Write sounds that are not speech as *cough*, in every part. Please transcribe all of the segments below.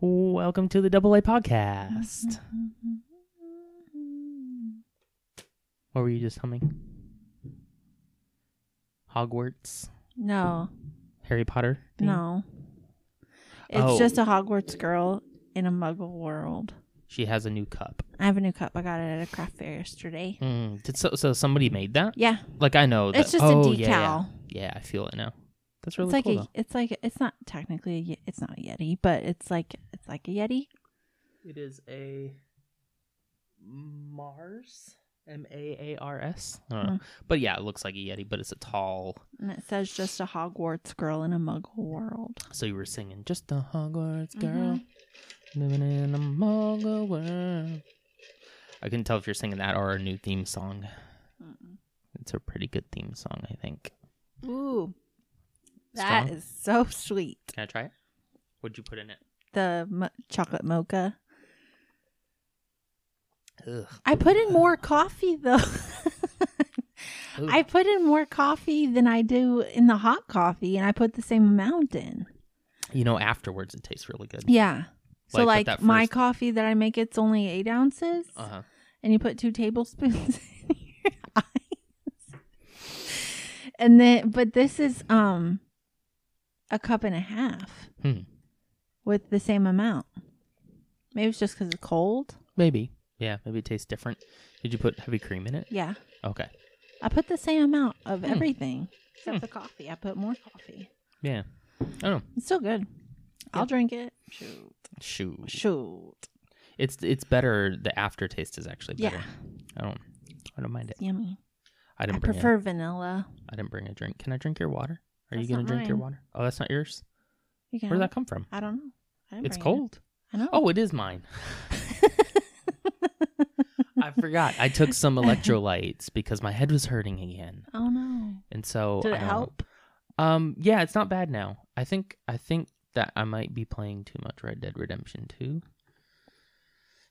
Welcome to the Double A Mm-hmm. Podcast. What were you just humming? Hogwarts, No, Harry Potter. theme? no. It's Oh. just a Hogwarts girl in a muggle world. She has a new cup. I have a new cup. I got it at a craft fair yesterday. Mm, did so? So somebody made that. Yeah, Like I know. That, it's just oh, a decal. Yeah, yeah. Yeah, I feel it now. That's really it's like cool. a, it's like it's not technically a, ye- it's not a yeti, but it's like it's like a yeti. though. It is a Mars. M A A R S. I don't Mm. know. But yeah, it looks like a Yeti, but it's a tall. And it says just a Hogwarts girl in a muggle world. So you were singing, just a Mm-hmm. Hogwarts girl living in a muggle world. I couldn't tell if you're singing that or a new theme song. It's a pretty good theme song, I think. Ooh. that Strong? is so sweet. Can I try it? What'd you put in it? The mo- chocolate mocha. Ugh. I put in more coffee though. *laughs* Ooh. I put in more coffee than I do in the hot coffee, and I put the same amount in. You know, afterwards it tastes really good. Yeah. So Like, like, but that my first- coffee that I make, it's only eight ounces, Uh huh. and you put two tablespoons *laughs* in your eyes. And then, but this is um a cup and a half Hmm. with the same amount. Maybe it's just because it's cold. Maybe. Yeah, maybe it tastes different. Did you put heavy cream in it? Yeah, Okay. I put the same amount of Hmm. everything except the coffee. I put more coffee. Yeah. I don't know. It's still good. I'll drink it. Shoot. Shoot. Shoot. It's it's better. The aftertaste is actually better. Yeah. I don't. I don't mind it. Yummy. I didn't I bring. prefer A, vanilla. I didn't bring a drink. Can I drink your water? Are you That's gonna not drink your mine. water? Oh, that's not yours. You can Where did have that come from? it. I don't know. I didn't It's bring it. cold. I know. Oh, it is *laughs* mine. I forgot. I took some electrolytes because my head was hurting again, Oh no. and so Did I it don't know. help? Um, yeah, it's not bad now. I think I think that I might be playing too much Red Dead Redemption 2.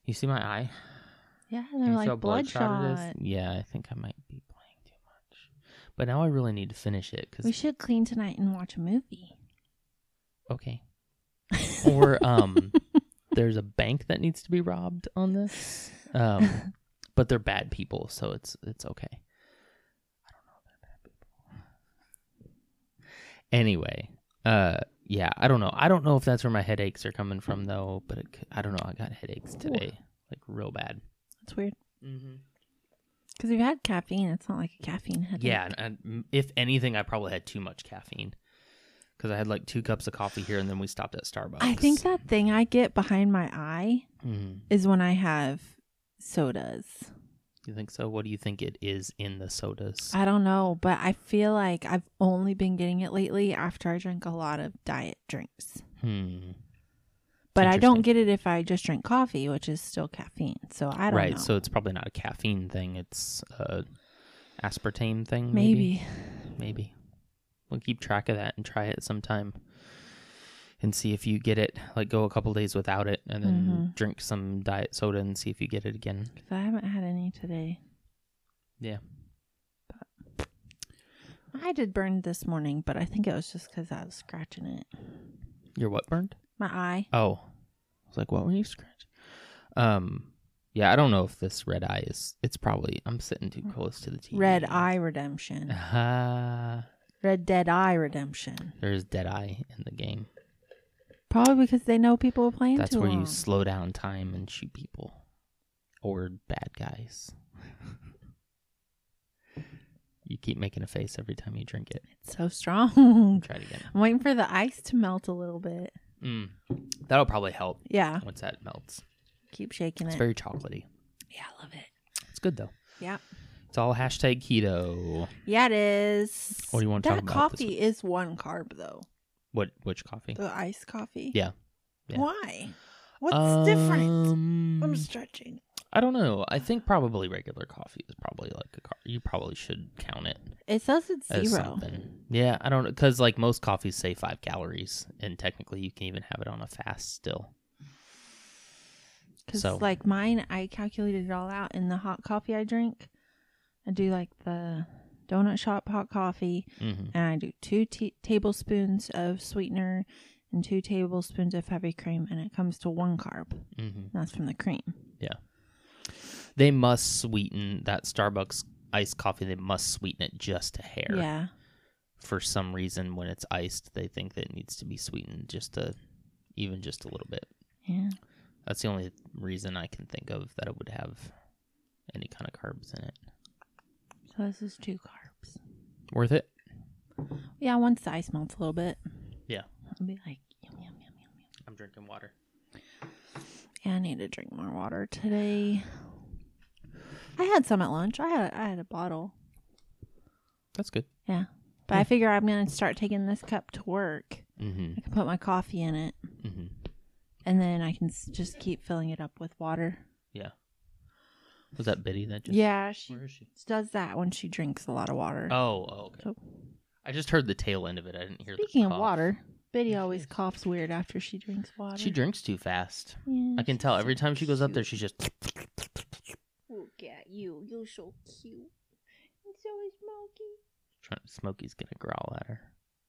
You see my eye? Yeah, You they're see like how bloodshot. it is? Yeah, I think I might be playing too much. But now I really need to finish it We because should clean tonight and watch a movie. okay, or um, there's a bank that needs to be robbed on this. Um, but they're bad people, so it's it's okay. I don't know if they're bad people. Anyway, uh, yeah, I don't know. I don't know if that's where my headaches are coming from though. But it, c- I don't know. I got headaches today, like real bad. That's weird Mm-hmm. because we've had caffeine. It's not like a caffeine headache. Yeah, and, and m- if anything, I probably had too much caffeine because I had like two cups of coffee here, and then we stopped at Starbucks. I think that thing I get behind my eye Mm. is when I have sodas. You think so? What do you think it is in the sodas? I don't know, but I feel like I've only been getting it lately after I drink a lot of diet drinks. hmm. But I Interesting. don't get it if I just drink coffee, which is still caffeine. So I don't right. know. So it's probably not a caffeine thing. It's a aspartame thing. Maybe. maybe. Maybe. We'll keep track of that and try it sometime, and see if you get it. Like go a couple days without it, and then Mm-hmm. drink some diet soda and see if you get it again. 'Cause I haven't had any today. Yeah. I did burn this morning, but I think it was just because I was scratching it. Your what burned? My eye. Oh, I was like, what were you scratching? Um, yeah, I don't know if this red eye is. It's probably I'm sitting too close to the TV. Mm. Red *laughs* Eye Redemption. Ah, Red Dead Eye Redemption. there's dead eye in the game. Probably because they know people are playing That's too where long. you slow down time and shoot people or bad guys. *laughs* you keep making a face every time you drink it. it's so strong. *laughs* Try it again. I'm waiting for the ice to melt a little bit. Mm. That'll probably help Yeah. once that melts. Keep shaking It's it. very chocolatey. yeah, I love it. It's good though. Yeah. It's all hashtag keto. Yeah, it is. What do you wanna That talk about this coffee is one carb, though. What? Which coffee? The iced coffee. Yeah. Yeah. Why? What's different? I'm stretching. Um, I don't know. I think probably regular coffee is probably like a car. You probably should count it It says it's as zero. something. Yeah, I don't because like most coffees say five calories, and technically you can even have it on a fast still. Because, So- like, mine, I calculated it all out in the hot coffee I drink. I do, like, the donut shop hot coffee, hmm and I do two te- tablespoons of sweetener and two tablespoons of heavy cream, and it comes to one carb. hmm That's from the cream. They must sweeten that Starbucks iced coffee. They must sweeten it just a hair. Yeah. For some reason, when it's iced, they think that it needs to be sweetened just a, even just a little bit. Yeah. That's the only reason I can think of that it would have any kind of carbs in it. So this is two carbs. Worth it? Yeah, once the ice melts a little bit. Yeah. I'll be like, yum, yum, yum, yum, yum. I'm drinking water. Yeah, I need to drink more water today. I had some at lunch. I had I had a bottle. That's good. But Hmm. I figure I'm gonna start taking this cup to work. Mm-hmm. I can put my coffee in it, Mm-hmm. and then I can s- just keep filling it up with water. Was that Biddy that just? yeah, she Where is she? does that when she drinks a lot of water. Oh, oh okay. So- I just heard the tail end of it. I didn't hear. the Speaking of cough. water, Biddy There she always is. coughs weird after she drinks water. she drinks too fast. Yeah, I can she's tell. so Every time she goes up there, cute. she's just. Look at you. You're so cute. And so is Smokey. Trying, Smokey's gonna growl at her.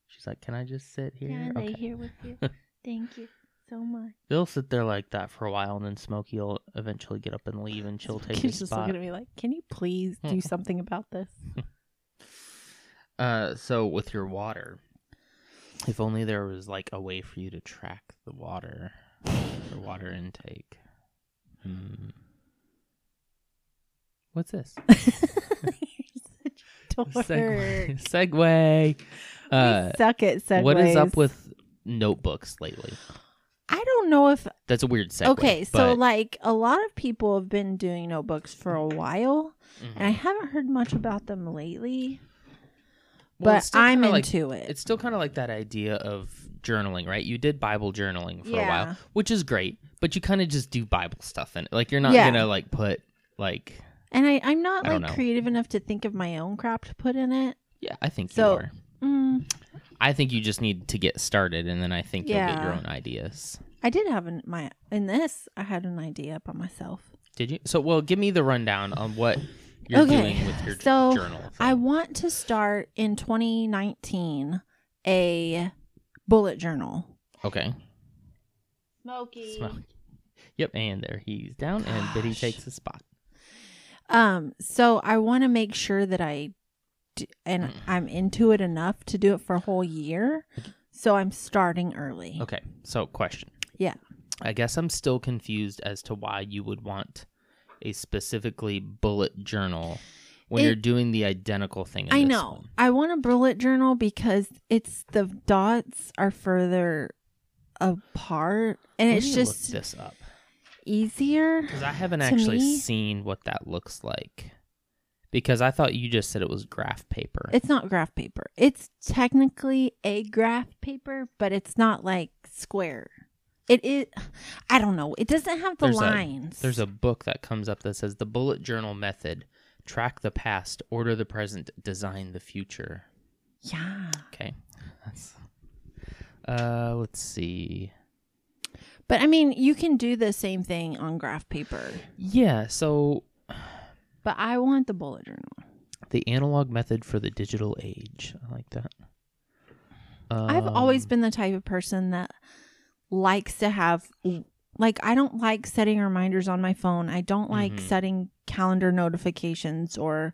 She's like, "Can I just sit here?" Can I lay Okay. here with you? *laughs* Thank you so much. They'll sit there like that for a while, and then Smokey will eventually get up and leave, and she'll take his She's just spot. Hmm. looking at me like, can you please do something about *laughs* this? *laughs* Uh, so with your water, if only there was like a way for you to track the water, your water intake. Hmm. What's this? You're such a *laughs* dork. Segway. Segway. Uh, we suck at segues. what is up with notebooks lately? I don't know if. That's a weird segue. okay, so but- like a lot of people have been doing notebooks for a while, Mhm. and I haven't heard much about them lately, Well, it's but still I'm kinda like- into it. It's still kind of like that idea of journaling, right? You did Bible journaling for a Yeah. while, which is great, but you kind of just do Bible stuff in it. Like you're not Yeah. gonna like put like And I, I'm not I like don't know. creative enough to think of my own crap to put in it. yeah. I think So- you are. Mm, I think you just need to get started, and then I think you'll get your Yeah. own ideas. I did have an, my in this. I had an idea by myself. Did you? So, well, give me the rundown on what you're Okay, doing with your so journal. thing. I want to start in 2019 a bullet journal. okay. Smoky. Smell. Yep, and there he's down, and Biddy Gosh. takes his spot. Um. So I want to make sure that I, d- and Mm. I'm into it enough to do it for a whole year. So I'm starting early. Okay, so question. Yeah. I guess I'm still confused as to why you would want a specifically bullet journal when It- you're doing the identical thing. In I this know. one. I want a bullet journal because it's the dots are further apart and Let it's me just look this up easier. because I haven't To actually me- seen what that looks like. Because I thought you just said it was graph paper. It's not graph paper. It's technically a graph paper, but it's not like square. It is I don't know. It doesn't have the There's a- lines. There's a book that comes up that says the bullet journal method: track the past, order the present, design the future. Yeah. Okay. That's uh let's see. But I mean, you can do the same thing on graph paper. Yeah, so But I want the bullet journal. the analog method for the digital age. I like that. I've always Um, been the type of person that likes to have like I don't like setting reminders on my phone. I don't like Mhm. setting calendar notifications or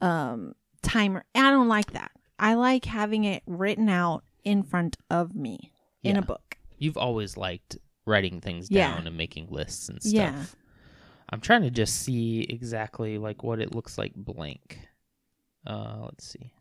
um timer. I don't like that. I like having it written out in front of me in a yeah. book. You've always liked writing things Yeah. down and making lists and stuff. Yeah. I'm trying to just see exactly like what it looks like blank. Uh let's see.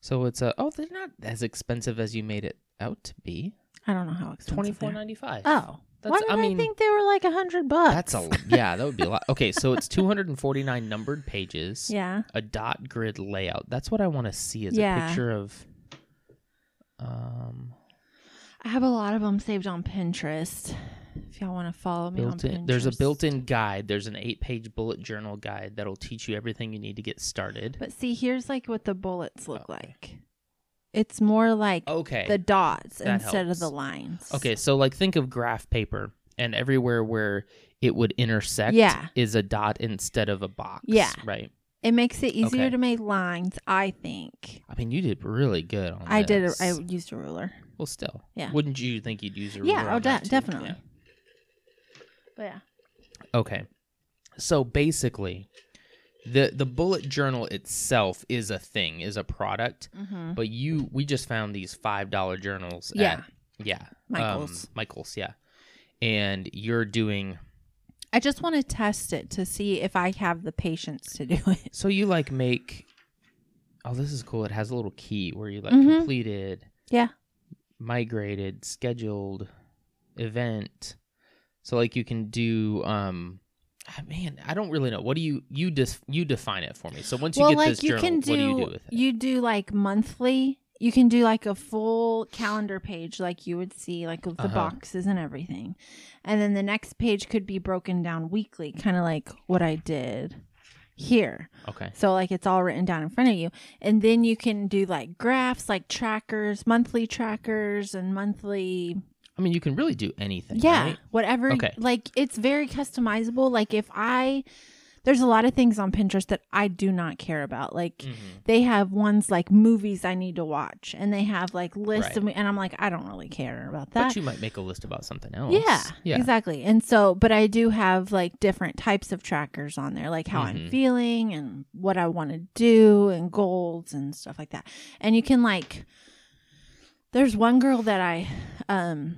So it's a oh they're not as expensive as you made it out to be. I don't know how expensive. Twenty they four are. ninety five. Oh. That's- why did I I, mean, think they were like a hundred bucks? That's a yeah, that would be a *laughs* lot. Okay, so it's 249 numbered pages. yeah. A dot grid layout. That's what I want to see is a Yeah. picture of um I have a lot of them saved on Pinterest. If y'all want to follow me built on in, Pinterest, there's a built-in guide. There's an 8-page bullet journal guide that'll teach you everything you need to get started. But see, here's like what the bullets look Okay. like. It's more like okay. the dots that instead of the helps. lines. okay, so like think of graph paper and everywhere where it would intersect Yeah. is a dot instead of a box, Yeah. right? It makes it easier Okay. to make lines, I think. I mean, you did really good on I did. A, this. I used a ruler. Well, still. Yeah. Wouldn't you think you'd use a ruler? yeah, oh, on de- that too? definitely. Yeah. But yeah. Okay. So basically, the the bullet journal itself is a thing, is a product. Mm-hmm. But you, we just found these five dollar journals. Yeah. At, yeah. Michael's. Um, Michaels. Yeah. And you're doing. I just want to test it to see if I have the patience to do it. So you like make. Oh, this is cool. It has a little key where you like Mhm. completed. Yeah. Migrated, scheduled, event. So like you can do. um ah, Man, I don't really know. What do you you def, you define it for me? So once you well, get like this you journal, can what do do, you do with it? you do like monthly. You can do like a full calendar page, like you would see, like of the Uh-huh. boxes and everything. And then the next page could be broken down weekly, kind of like what I did here. Okay. So like it's all written down in front of you. And then you can do like graphs, like trackers, monthly trackers and monthly I mean, you can really do anything. yeah, right? whatever Okay. like it's very customizable. Like if I there's a lot of things on Pinterest that I do not care about. Like Mhm. they have ones like movies I need to watch and they have like lists Right. and, we, and I'm like I don't really care about that. But you might make a list about something else. Yeah, Yeah. exactly. And so, but I do have like different types of trackers on there, like how I'm Mhm. feeling and what I want to do and goals and stuff like that. And you can like, there's one girl that I um,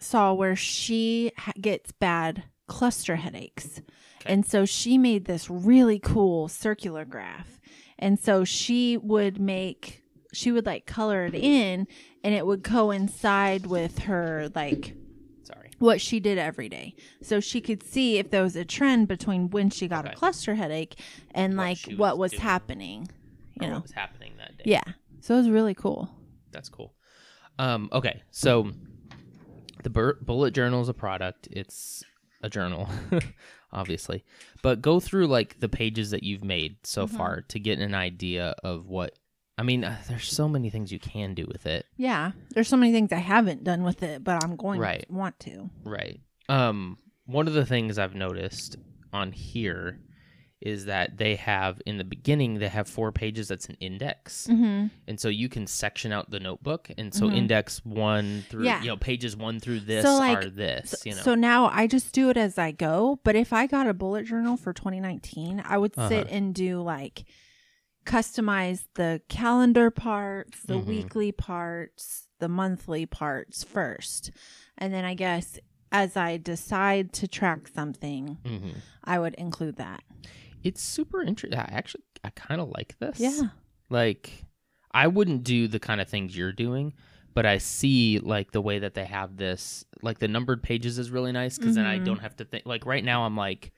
saw where she ha- gets bad cluster headaches. Okay. And so she made this really cool circular graph. And so she would make, she would like color it in and it would coincide with her like Sorry. what she did every day. So she could see if there was a trend between when she got Okay. a cluster headache and What like she what was was doing. Oh, happening. You Or know? What was happening that day? Yeah. So it was really cool. That's cool. Um, okay. So the bur- bullet journal is a product. It's a journal, *laughs* obviously. But go through like the pages that you've made so Mhm. far to get an idea of what. I mean, uh, there's so many things you can do with it. Yeah. There's so many things I haven't done with it, but I'm going Right. to want to. Right. Um one of the things I've noticed on here is that they have in the beginning they have four pages that's an index. Mm-hmm. And so you can section out the notebook and so Mhm. index 1 through Yeah. you know pages 1 through this So, like, are this, So, you know. so now I just do it as I go. But if I got a bullet journal for 2019, I would sit Uh-huh. and do like customize the calendar parts, the Mhm. weekly parts, the monthly parts first. And then I guess as I decide to track something, Mhm. I would include that. It's super interesting. I actually I kind of like this. Yeah. Like I wouldn't do the kind of things you're doing, but I see like the way that they have this like the numbered pages is really nice because then I Mhm. don't have to think like right now I'm like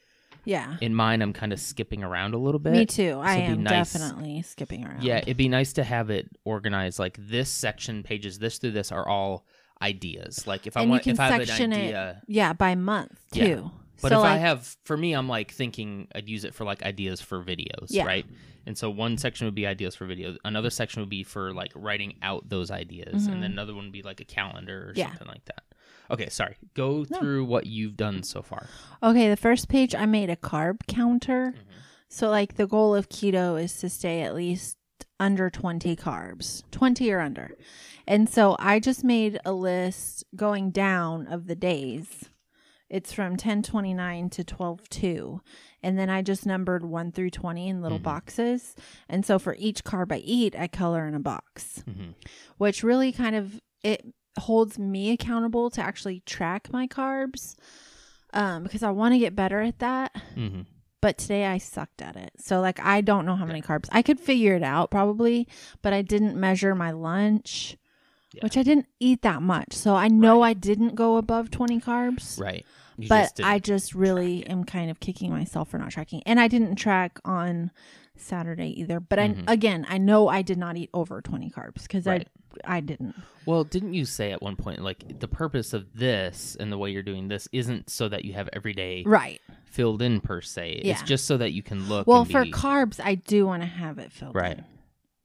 Yeah. in mine i'm kind of skipping around a little bit Me too. I it'd be am nice. definitely skipping around. yeah it'd be nice to have it organized like this section pages this through this are all ideas like if i And want you can if i have an section it idea Yeah, by month Yeah. too. but so if like, i have for me i'm like thinking i'd use it for like ideas for videos Yeah. right and so one section would be ideas for videos another section would be for like writing out those ideas Mhm. and then another one would be like a calendar or Yeah. something like that okay sorry go No. through what you've done so far okay, the first page I made a carb counter. So, like, the goal of keto is to stay at least under 20 carbs, 20 or under. And so I just made a list going down of the days. It's from 1029 to 122. And then I just numbered 1 through 20 in little Mhm. boxes. And so for each carb I eat, I color in a box, hmm which really kind of it holds me accountable to actually track my carbs um, because I want to get better at that hmm hmm but today I sucked at it. So like I don't know how many carbs. I could figure it out probably, but I didn't measure my lunch, Yeah. which I didn't eat that much. So I know Right. I didn't go above 20 carbs. right You But just didn't- I just really am kind of kicking myself for not tracking. And I didn't track on Saturday either. But Mhm. I again, I know I did not eat over 20 carbs cuz Right. I I didn't. Well, didn't you say at one point, like, the purpose of this and the way you're doing this isn't so that you have every day Right. filled in per se. It's Yeah. just so that you can look. Well, and for be- carbs, I do want to have it filled. Right. in.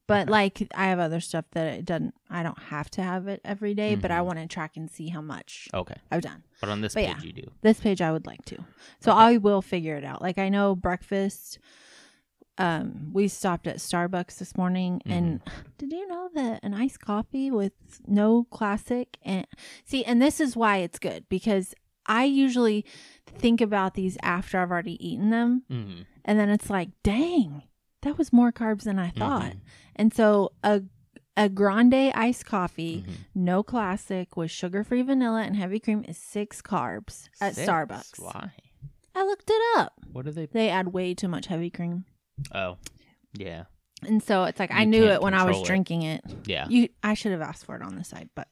But like I have other stuff that it doesn't I don't have to have it every day, but I Mhm. want to track and see how much okay, I've done. but on this But page yeah. you do. This page I would like to. So Okay. I will figure it out. Like I know breakfast um, we stopped at Starbucks this morning, and Mm-hmm. did you know that an iced coffee with no classic and see, and this is why it's good because I usually think about these after I've already eaten them, Mm-hmm. and then it's like, dang, that was more carbs than Mm-hmm. I thought. And so a a grande iced coffee, Mm-hmm. Mm. no classic, with sugar free vanilla and heavy cream is six carbs at Starbucks. Mm-hmm. Why? I looked it up. What are they? They add way too much heavy cream. Oh, yeah, And so it's like I You knew can't it when I was control it. drinking it. yeah. You I should have asked for it on the side, but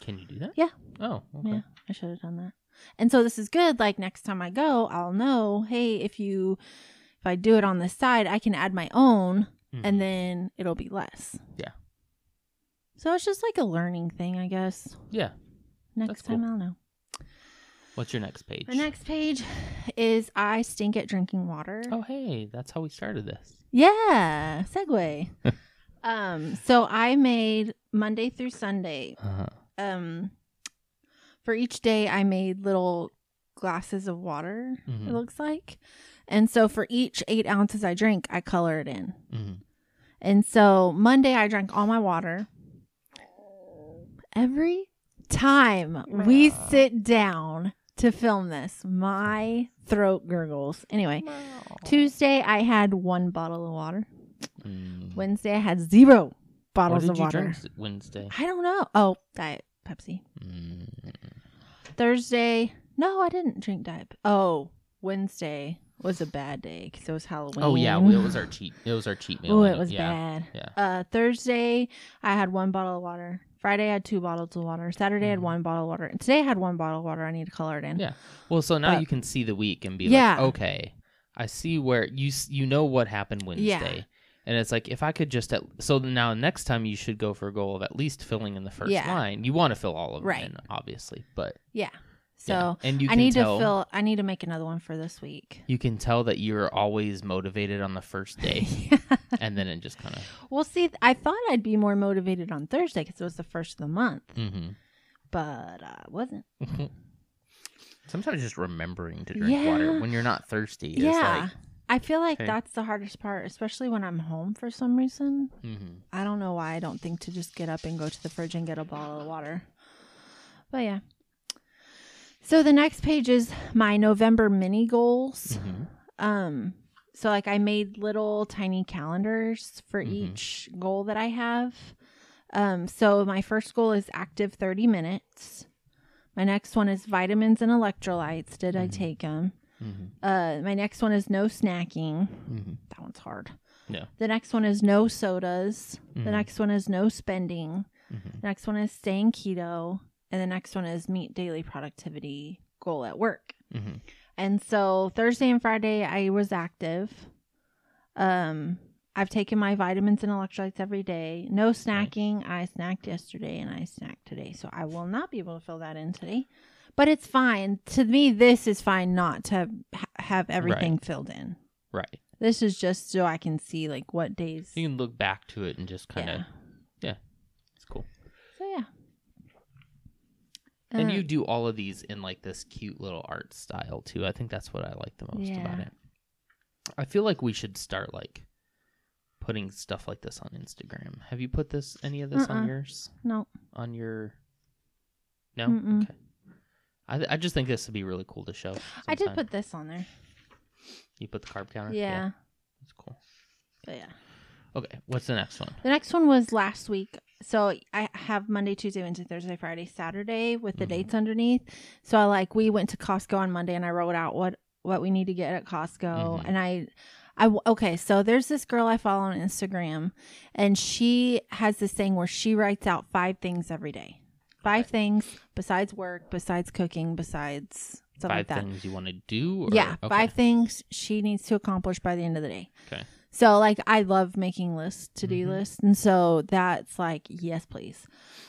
Can you do that? Yeah. Oh, okay. Yeah. I should have done that. And so this is good. Like next time I go, I'll know, hey, if you if I do it on the side, I can add my own Mm-hmm. and then it'll be less. Yeah. So it's just like a learning thing, I guess. yeah. Next That's time cool. I'll know. What's your next page? The next page is I stink at drinking water. Oh, hey, that's how we started this. Yeah, *laughs* segue. um, so I made Monday through Sunday. Uh-huh. Um, for each day, I made little glasses of water. It Mhm. looks like, and so for each eight ounces I drink, I color it in. Mhm. And so Monday, I drank all my water. Every time we Wow. sit down to film this, my throat gurgles. Anyway, Tuesday, I had one bottle of water. Mm. Wednesday, I had zero what bottles did of you water. drink s- Wednesday? I don't know. Oh, Diet Pepsi. Mm. Thursday, no, I didn't drink Diet. Pe- Oh, Wednesday was a bad day because it was Halloween. Oh yeah, well, it was our cheat. It was our cheat meal. Oh, and it was yeah. bad. yeah. Uh, Thursday, I had one bottle of water. Friday, I had two bottles of water. Saturday, I had Mhm. one bottle of water. And today, I had one bottle of water. I need to color it in. Yeah. Well, so now But- you can see the week and be Yeah. like, okay, I see where you s- you know what happened Wednesday, Yeah. and it's like if I could just at, so now next time you should go for a goal of at least filling in the first Yeah. line. You want to fill all of them Right. in, obviously, but Yeah. So yeah. and you I can need tell, to fill. I need to make another one for this week. You can tell that you're always motivated on the first *laughs* day, and then it just kind of. Well, see, I thought I'd be more motivated on Thursday because it was the first of the month, mm-hmm. but I wasn't. *laughs* Sometimes just remembering to drink Yeah. water when you're not thirsty. is yeah. I feel like Okay. that's the hardest part, especially when I'm home for some reason. Like, mhm. I don't know why I don't think to just get up and go to the fridge and get a bottle of water. But yeah. So the next page is my November mini goals. Mhm. Um so like I made little tiny calendars for Mhm. each goal that I have. Um so my first goal is active 30 minutes. My next one is vitamins and electrolytes. Did I Mhm. take them? Mhm. Uh my next one is no snacking. Mhm. That one's hard. Yeah. The next one is no sodas. The Mhm. next one is no spending. Mhm. The next one is staying keto. And the next one is meet daily productivity goal at work. Mhm. And so Thursday and Friday, I was active. Um, I've taken my vitamins and electrolytes every day. No snacking. I snacked yesterday and I snacked today. So I will not be able to fill that in today. But it's fine. To me, this is fine not to ha- have everything filled in. Right. This is just so I can see like what days. You can look back to it and just kind of yeah. It's cool. So yeah. and Uh, you do all of these in like this cute little art style too. I think that's what I like the most about Yeah. it. I feel like we should start like putting stuff like this on Instagram. Have you put this any of this Uh-uh. on yours? no. On your No? Mm-mm. Okay. I th- I just think this would be really cool to show. I did sometime. put this on there. You put the carb counter? Yeah. That's cool. But yeah. Okay, what's the next one? The next one was last week. So I have Monday, Tuesday, Wednesday, Thursday, Friday, Saturday with the Mhm. dates underneath. So I like we went to Costco on Monday and I wrote out what what we need to get at Costco Mhm. and I I w- okay, so there's this girl I follow on Instagram and she has this thing where she writes out five things every day. Five Okay. things besides work, besides cooking, besides Five stuff like that. things you want to do? Or... Yeah, okay. five things she needs to accomplish by the end of the day. Okay. So, like, I love making lists, to do Mhm. lists. And so that's like, yes, please.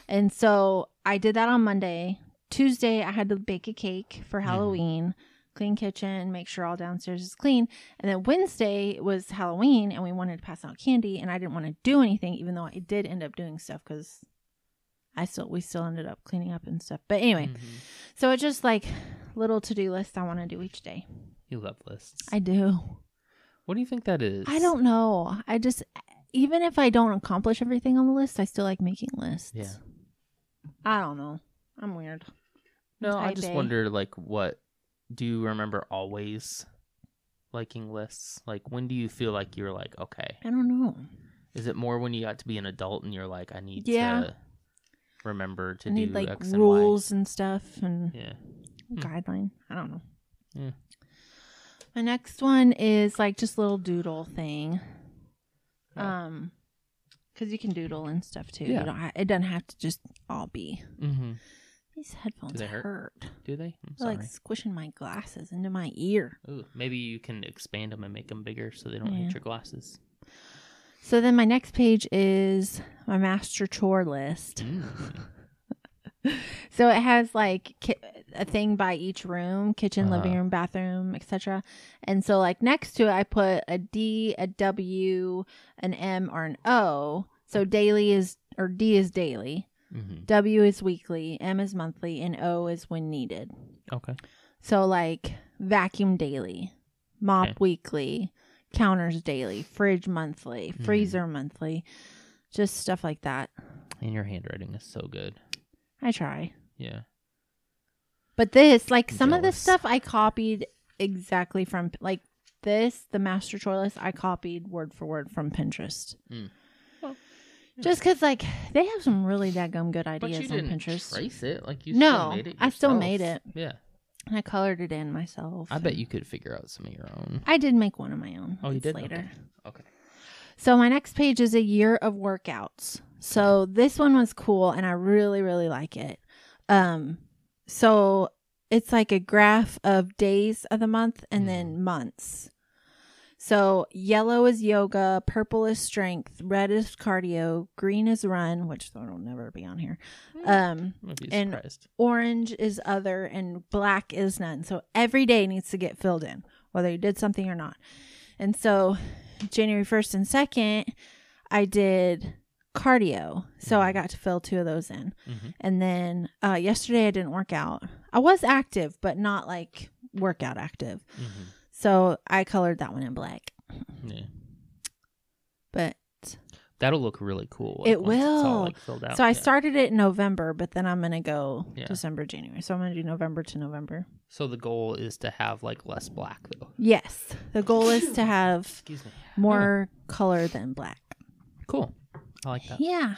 And so I did that on Monday. Tuesday, I had to bake a cake for Mm-hmm. Halloween, clean kitchen, make sure all downstairs is clean. And then Wednesday was Halloween, and we wanted to pass out candy, and I didn't want to do anything, even though I did end up doing stuff because I still, we still ended up cleaning up and stuff. But anyway, Mhm. so it's just like little to do lists I want to do each day. You love lists. I do. What do you think that is? I don't know. I just even if I don't accomplish everything on the list, I still like making lists. Yeah. I don't know. I'm weird. No, I Type just A. wonder like what do you remember always liking lists? Like when do you feel like you're like, okay. I don't know. Is it more when you got to be an adult and you're like, I need Yeah. to remember to I need do like X and rules and stuff and Y? Yeah. Hmm. guideline. I don't know. Yeah. My next one is like just little doodle thing. Um 'cause Yeah. cuz you can doodle and stuff too. Oh. Yeah. You don't ha- it doesn't have to just all be. Mm-hmm. These headphones they hurt? hurt. Do they? I'm They're sorry. like squishing my glasses into my ear. Ooh, maybe you can expand them and make them bigger so they don't Yeah. hit your *laughs* glasses. So then my next page is my master chore list. Mm. So it has like ki- a thing by each room, kitchen, Uh-huh. living room, bathroom, etc. And so like next to it I put a D, a W, an M or an O. So daily is or D is daily, hmm W is weekly, M is monthly and O is when needed. Okay. So like vacuum daily, mop Okay. weekly, counters daily, fridge monthly, Mhm. freezer monthly, just stuff like that. And your handwriting is so good. I try. Yeah. But this, like some of Jealous. this stuff I copied exactly from like this, the master chore list, I copied word for word from Pinterest. Mm. Well, yeah. Just because like they have some really daggum good But you ideas on didn't Pinterest. trace it. Like you No, still made it I still yourself. made it. Yeah. And I colored it in myself. I bet you could figure out some of your own. I did make one of my own. Oh, you It's did? later. Okay. So my next page is a year of workouts. So this one was cool and I really really like it. Um so it's like a graph of days of the month and then months. So yellow is yoga, purple is strength, red is cardio, green is run, which will never be on here. Um I might be And- surprised. orange is other and black is none so every day needs to get filled in whether you did something or not and so january 1st and 2nd i did cardio so Mm-hmm. i got to fill two of those in Mhm. and then uh, yesterday i didn't work out i was active but not like workout active hmm so i colored that one in black Yeah. but That'll look really cool. It once It's all, will. like, filled out. so i Oh, Yeah. started it in november but then i'm gonna go Yeah. december january so i'm gonna do november to november So the goal is to have like less black though. yes the goal is to have Excuse me. more color than black. Cool. I like that. Yeah.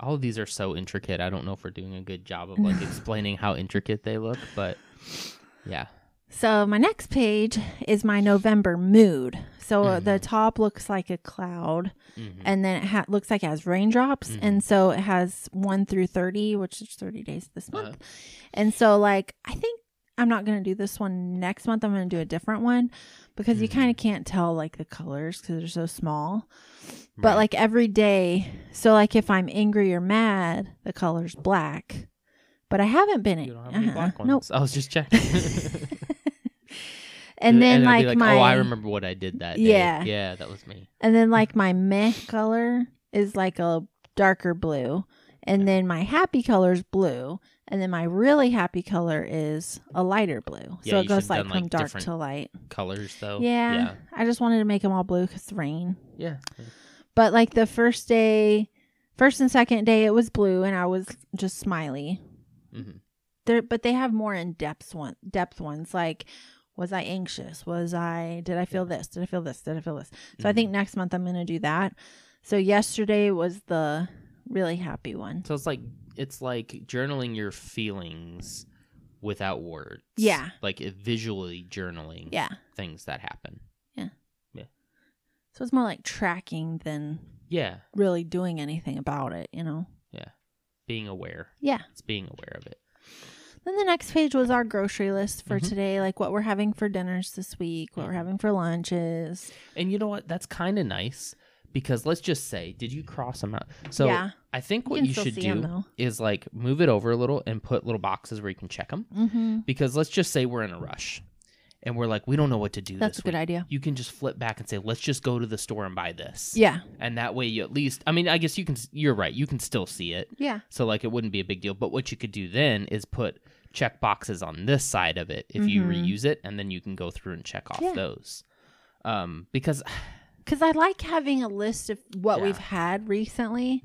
All of these are so intricate. I don't know if we're doing a good job of *laughs* like explaining how intricate they look, but yeah. So my next page is my November mood. So uh, the top looks like a cloud, Mhm. and then it ha- looks like it has raindrops, Mm-hmm. and so it has one through thirty, which is thirty days this month. Uh-huh. And so, like, I think I'm not gonna do this one next month. I'm gonna do a different one because you Mhm. kind of can't tell like the colors because they're so small. But Right. like every day, so like if I'm angry or mad, the color's black. But I haven't been. you don't have any uh-uh. black ones. Nope. I was just checking. *laughs* and then I'd like, be my oh, I remember what I did that day. Yeah. Yeah, that was me. and then like my meh color is like a darker blue, and then my happy color is blue, and then my really happy color is a lighter blue. Yeah, so you it should've goes like done, from like, dark different- to light. Colors though. yeah, Yeah. I just wanted to make them all blue because rain. Yeah. But like the first day, first and second day, it was blue, and I was just smiley. hmm there but they have more in depth one depth ones like was I anxious? Was I did I feel this? Did I feel this? Did I feel this? So I Mhm. think next month I'm gonna do that. So yesterday was the really happy one. So it's like it's like journaling your feelings without words. Yeah. Like it visually journaling Yeah. things that happen. So it's more like tracking than Yeah. really doing anything about it, you know? Being aware. Yeah. It's being aware of it. Then the next page was our grocery list for Mhm. today, like what we're having for dinners this week, what we're Mhm. having for lunches. And you know what? That's kind of nice because let's just say, did you cross them out? So yeah. I think what can you still should see 'em, do though. is like move it over a little and put little boxes where you can check them. Mm-hmm. Because let's just say we're in a rush and we're like, we don't know what to do. That's a this good week. idea. You can just flip back and say, let's just go to the store and buy this. Yeah. And that way you at least, I mean, I guess you can, you're right. You can still see it. Yeah. So like it wouldn't be a big deal. But what you could do then is put check boxes on this side of it if you Mhm. Mm-hmm. reuse it, and then you can go through and check off Yeah. those. Um, because because I like having a list of what Yeah. we've had recently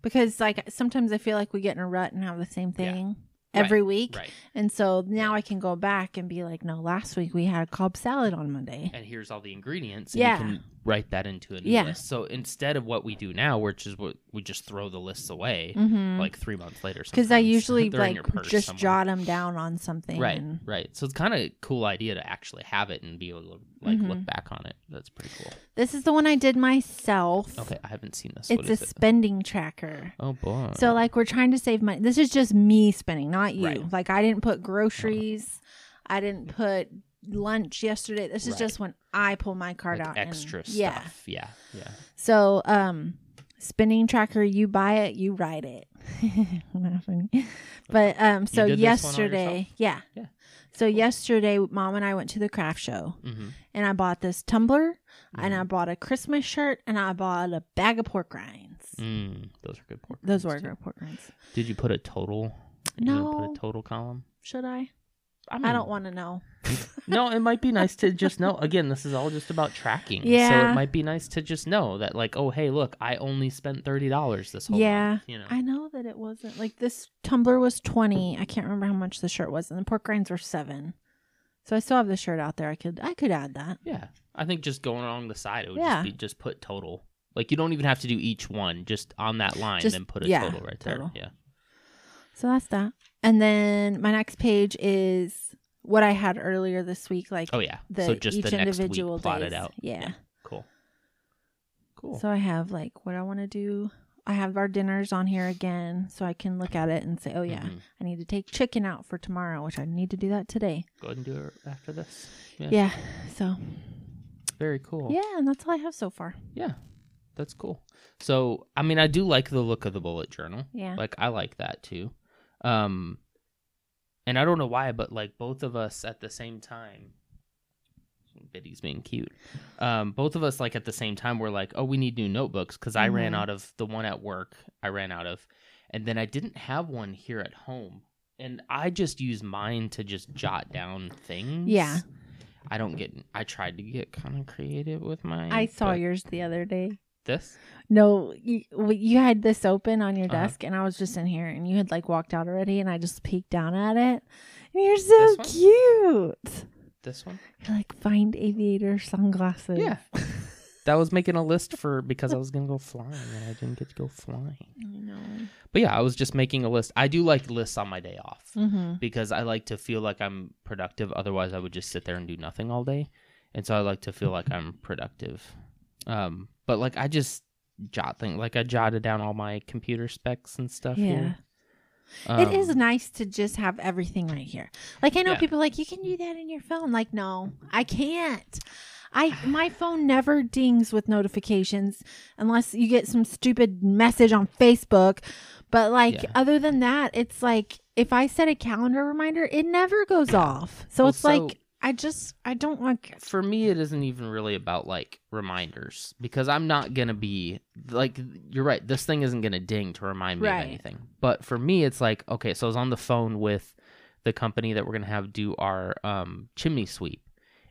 because like sometimes I feel like we get in a rut and have the same Yeah. thing every week. right, And so now I can go back and be like, no, last week we had cob salad on Monday. and here's all the ingredients. And Yeah. You can write that into a new Yeah. list. So instead of what we do now, which is what we just throw the lists away *laughs* Mhm. like three months later. Cuz I sometimes. *laughs* usually They're in like your purse just somewhere. jot them down on something. Right, and- right. So it's kind of a cool idea to actually have it and be able to like look back on it. That's pretty cool. This is the one I did myself. Okay, I haven't seen this. It's what a is it? spending tracker. Oh boy. So like we're trying to save money. This is just me spending, not you. Right. Uh-huh. Like I didn't put groceries. I didn't put lunch yesterday. This is Right. just when I pull my card Like out. and- extra Yeah. stuff. Yeah, yeah. So um spending tracker, you buy it, you ride it. *laughs* Not funny. But um so did this one all yesterday, yeah. Yeah. So yesterday mom and I went to the craft show Mm-hmm. and I bought this tumbler and I bought a Christmas shirt and I bought a bag of pork rinds. Mm, those are good pork. Those were rinds, good pork rinds. too. Did you put a total? You gonna No. Put a total column. Should I? mean, I don't want *laughs* to know. *laughs* no, it might be nice to just know. Again, this is all just about tracking. So Yeah. it might be nice to just know that, like, oh, hey, look, I only spent thirty dollars this whole. Yeah. month, you know. I know that it wasn't like this tumbler was 20. I can't remember how much the shirt was and the pork rinds were 7. So I still have the shirt out there. I could I could add that. yeah. I think just going along the side, it would Yeah. just be just put total. Like you don't even have to do each one, just on that line, Just- then put a yeah, total right total. there. Yeah. So that's that. And then my next page is what I had earlier this week like Oh yeah. the so just each the next week individual plotted days. out. Yeah. Cool. Cool. So I have like what I want to do. I have our dinners on here again so I can look at it and say, "Oh yeah, Mhm. I need to take chicken out for tomorrow, which I need to do that today." Go ahead and do it after this. Yeah. Yeah. So, Very cool. yeah, and that's all I have so far. Yeah, that's cool. So, I mean, I do like the look of the bullet journal. Yeah. Like, I like that too. Um, and I don't know why, but like both of us at the same time, Biddy's being cute. Um, both of us like at the same time were like, oh, we need new notebooks because I ran Mhm. out of the one at work. I ran out of, and then I didn't have one here at home. And I just use mine to just jot down things. Yeah. I don't get. I tried to get kind of creative with mine. I saw but yours the other day. This. No, you, well, you had this open on your Uh-huh. desk, and I was just in here, and you had like walked out already, and I just peeked down at it, and you're This so one? cute. This one? You're like find aviator sunglasses. Yeah. *laughs* That was making a list for because I was gonna go flying and I didn't get to go flying. I know. But yeah, I was just making a list. I do like lists on my day off Mm-hmm. because I like to feel like I'm productive. Otherwise, I would just sit there and do nothing all day. And so I like to feel like Mm-hmm. I'm productive. Um, but like I just jot things. Like I jotted down all my computer specs and stuff. Here. it is Um, nice to just have everything right here. Like I know Yeah. people are like you can do that in your phone. Like no, I can't. I my phone never dings with notifications unless you get some stupid message on Facebook. But like Yeah. other than that, it's like if I set a calendar reminder, it never goes off. So Well, it's so- like I just I don't like for me it isn't even really about like reminders because i'm not gonna be like you're right this thing isn't gonna ding to remind me Right. of anything but for me it's like okay so i was on the phone with the company that we're gonna have do our um, chimney sweep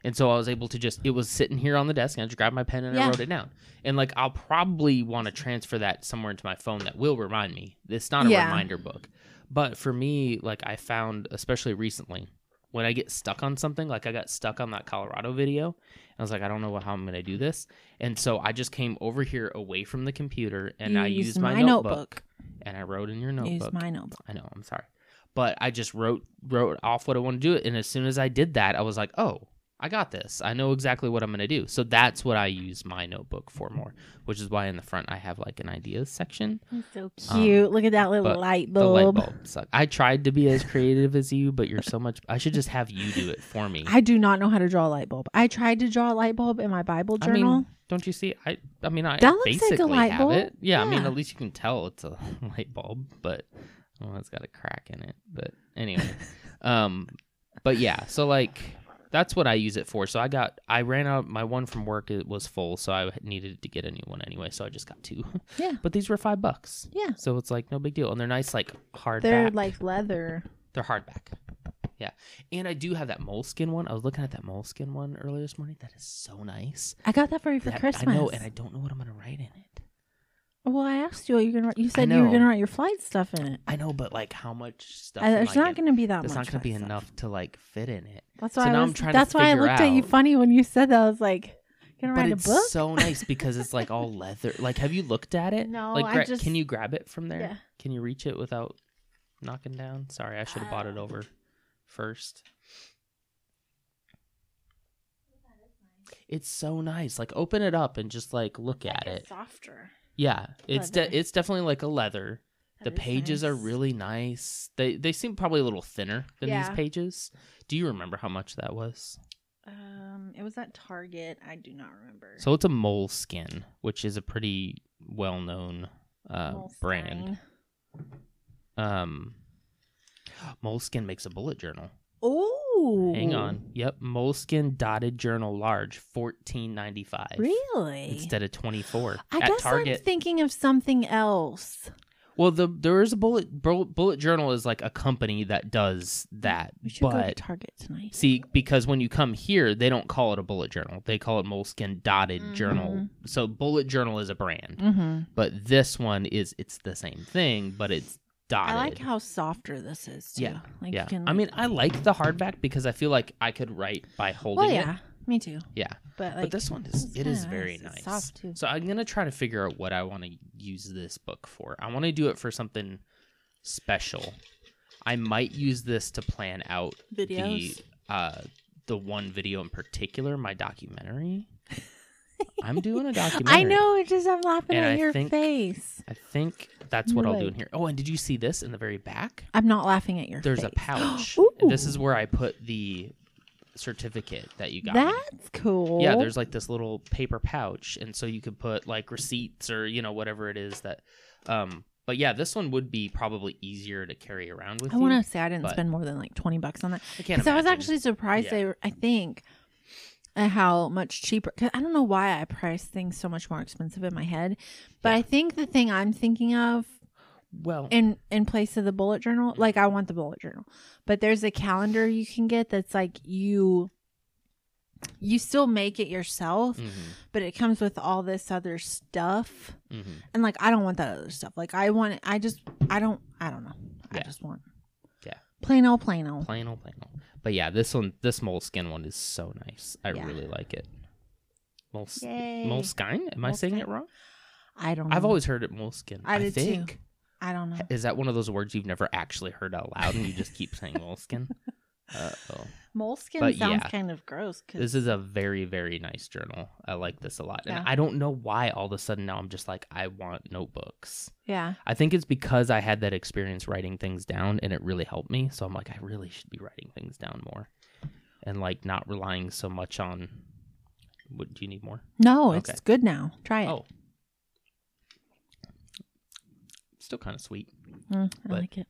and so i was able to just it was sitting here on the desk and i just grabbed my pen and i Yeah. wrote it down and like i'll probably want to transfer that somewhere into my phone that will remind me it's not a Yeah. reminder book but for me like i found especially recently when I get stuck on something, like I got stuck on that Colorado video, I was like, I don't know how I'm going to do this. And so I just came over here away from the computer and You I use used my, my notebook, notebook. and I wrote in your use notebook. my notebook. I know, I'm sorry. But I just wrote wrote off what I want to do and as soon as I did that, I was like, "Oh, I got this. I know exactly what I'm going to do." So that's what I use my notebook for more, which is why in the front I have like an ideas section. He's so Um, cute. Look at that little but light The light bulb. bulb suck. I tried to be as creative as you, but you're so much I should just have you do it for me. I do not know how to draw a light bulb. I tried to draw a light bulb in my Bible I journal. mean, don't you see? I I mean, I That looks like a basically light have bulb. it. Yeah, I mean, Yeah. at least you can tell it's a *laughs* light bulb, but well, it's got a crack in it. But *laughs* anyway, um, but yeah, so like that's what I use it for. So I got I ran out my one from work. It was full, so I needed to get a new one anyway. So I just got two. *laughs* Yeah. but these were five bucks. Yeah. So it's like no big deal, and they're nice, like hard. They're back. like leather. they're hardback. And I do have that moleskin one. I was looking at that moleskin one earlier this morning. That is so nice. I got that for you for That- Christmas. I know, and I don't know what I'm gonna write in it. well, I asked you. What you're gonna. write- You said you were know. gonna write your flight stuff in it. I know, but like how much stuff? I, am it's I not gonna. gonna be that It's much. not gonna be flight stuff. enough to like fit in it. That's So why I now I'm was, trying to That's why I figure looked at you out- funny when you said that. I was like, you gonna but write a it's book? *laughs* so nice because it's like all leather. Like, have you looked at it? No, Like, I gra- just- can you grab it from there? Yeah. Can you reach it without knocking down? Sorry, I should have bought it Uh, over first. It's so nice. Like, open it up and just like look at it. Softer. Yeah, it's leather. de- it's definitely like a leather. That the is pages are nice. really nice. They they seem probably a little thinner than Yeah. these pages. Do you remember how much that was? Um, it was at Target. I do not remember. So it's a moleskin, which is a pretty well known uh, brand. Um, moleskin makes a bullet journal. Oh, Hang on. Yep, moleskin dotted journal large, fourteen ninety five. Really? Instead of twenty four I at guess Target. I'm thinking of something else. Well, the there is a bullet bro, bullet journal is like a company that does that, We should go to but Target tonight. see because when you come here, they don't call it a bullet journal; they call it Moleskin dotted journal. So bullet journal is a brand, Mm-hmm. but this one is it's the same thing, but it's dotted. I like how softer this is. Too. Yeah, Like yeah, You can, I mean, I like the hardback because I feel like I could write by holding well, it. yeah, me too. Yeah, But like, but *gasps* this one is it's it is kinda very nice. nice. It's soft, too. So I'm gonna try to figure out what I want to use this book for. I want to do it for something special. I might use this to plan out videos. the uh, the one video in particular, my *laughs* documentary. I'm doing a documentary. I know. it's Just I'm laughing And at I your think- face. I think that's what You're I'll do in like- here. Oh, and did you see this in the very back? I'm not laughing at your. There's a *gasps* face. pouch. Ooh, And this is where I put the certificate that you got. me. that's cool. Yeah, there's like this little paper pouch, and so you could put like receipts or you know whatever it is that. Um, but yeah, this one would be probably easier to carry around with I you. want to say I didn't but- spend more than like twenty bucks on that. I can't. Because I was imagine. actually surprised Yeah. they were, I think, at how much cheaper. Cause I don't know why I price things so much more expensive in my head, but Yeah. I think the thing I'm thinking of well. in in place of the bullet journal, like I want the bullet journal, but there's a calendar you can get that's like you. You still make it yourself, mm-hmm, but it comes with all this other stuff. mm-hmm. And like I don't want that other stuff. Like I want I just I don't I don't know. I Yeah. just want Yeah. Plain old plain old. Plain old, plain old. But yeah, this one, this moleskin one is so nice. I Yeah. really like it. Moles, Yay. moleskine? Am I saying it Moleskine. wrong? I don't know. I've always heard it moleskin. I did too. Uh-huh. think. I don't know. Is that one of those words you've never actually heard out loud and you just keep saying *laughs* moleskin? Uh oh. Moleskin But sounds yeah. kind of gross. 'cause- This is a very, very nice journal. I like this a lot. Yeah. And I don't know why all of a sudden now I'm just like, I want notebooks. yeah, I think it's because I had that experience writing things down and it really helped me. So I'm like, I really should be writing things down more and like not relying so much on. What, do you need more? no, it's Okay. good now. Try it. Oh. Still kind of sweet. Mm, I but- like it.